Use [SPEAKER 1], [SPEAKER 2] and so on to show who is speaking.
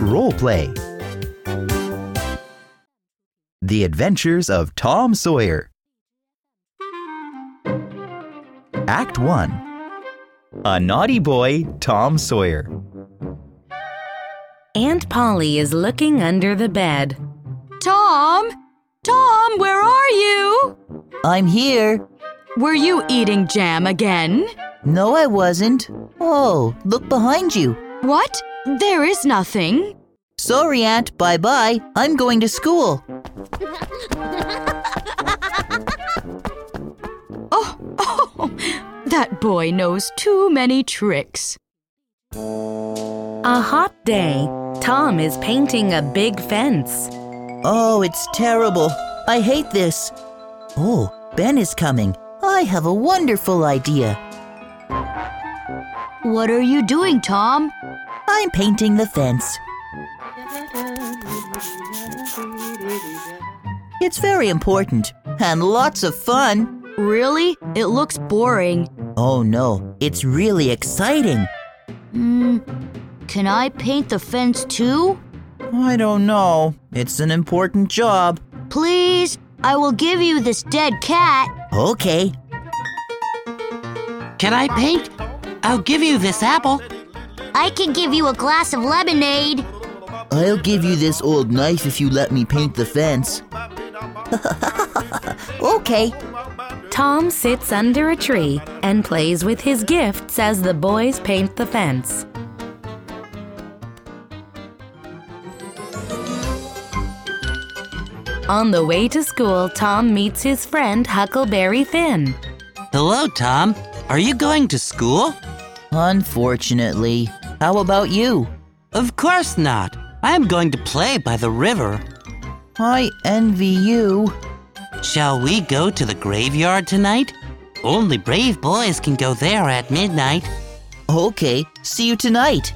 [SPEAKER 1] role play. The Adventures of Tom Sawyer. Act 1 A Naughty Boy, Tom Sawyer.
[SPEAKER 2] Aunt Polly is looking under the bed.
[SPEAKER 3] Tom? Tom, where are you?
[SPEAKER 4] I'm here.
[SPEAKER 3] Were you eating jam again?
[SPEAKER 4] No, I wasn't. Oh, look behind you.
[SPEAKER 3] What? There is nothing.
[SPEAKER 4] Sorry, Aunt. Bye bye. I'm going to school.
[SPEAKER 3] Oh, oh, that boy knows too many tricks.
[SPEAKER 2] A hot day, Tom is painting a big fence.
[SPEAKER 4] Oh, it's terrible. I hate this. Oh, Ben is coming. I have a wonderful idea.
[SPEAKER 3] What are you doing, Tom?
[SPEAKER 4] I'm painting the fence. It's very important and lots of fun.
[SPEAKER 3] Really? It looks boring.
[SPEAKER 4] Oh no, it's really exciting.
[SPEAKER 3] Hmm. Can I paint the fence too?
[SPEAKER 4] I don't know. It's an important job.
[SPEAKER 3] Please? I will give you this dead cat.
[SPEAKER 4] Okay,
[SPEAKER 5] Can I paint? I'll give you this apple.
[SPEAKER 6] I can give you a glass of lemonade.
[SPEAKER 4] I'll give you this old knife if you let me paint the fence. okay.
[SPEAKER 2] Tom sits under a tree and plays with his gifts as the boys paint the fence. On the way to school, Tom meets his friend Huckleberry Finn.
[SPEAKER 5] Hello, Tom. Are you going to school?
[SPEAKER 4] Unfortunately. How about you?
[SPEAKER 5] Of course not. I am going to play by the river.
[SPEAKER 4] I envy you.
[SPEAKER 5] Shall we go to the graveyard tonight? Only brave boys can go there at midnight.
[SPEAKER 4] Okay, see you tonight.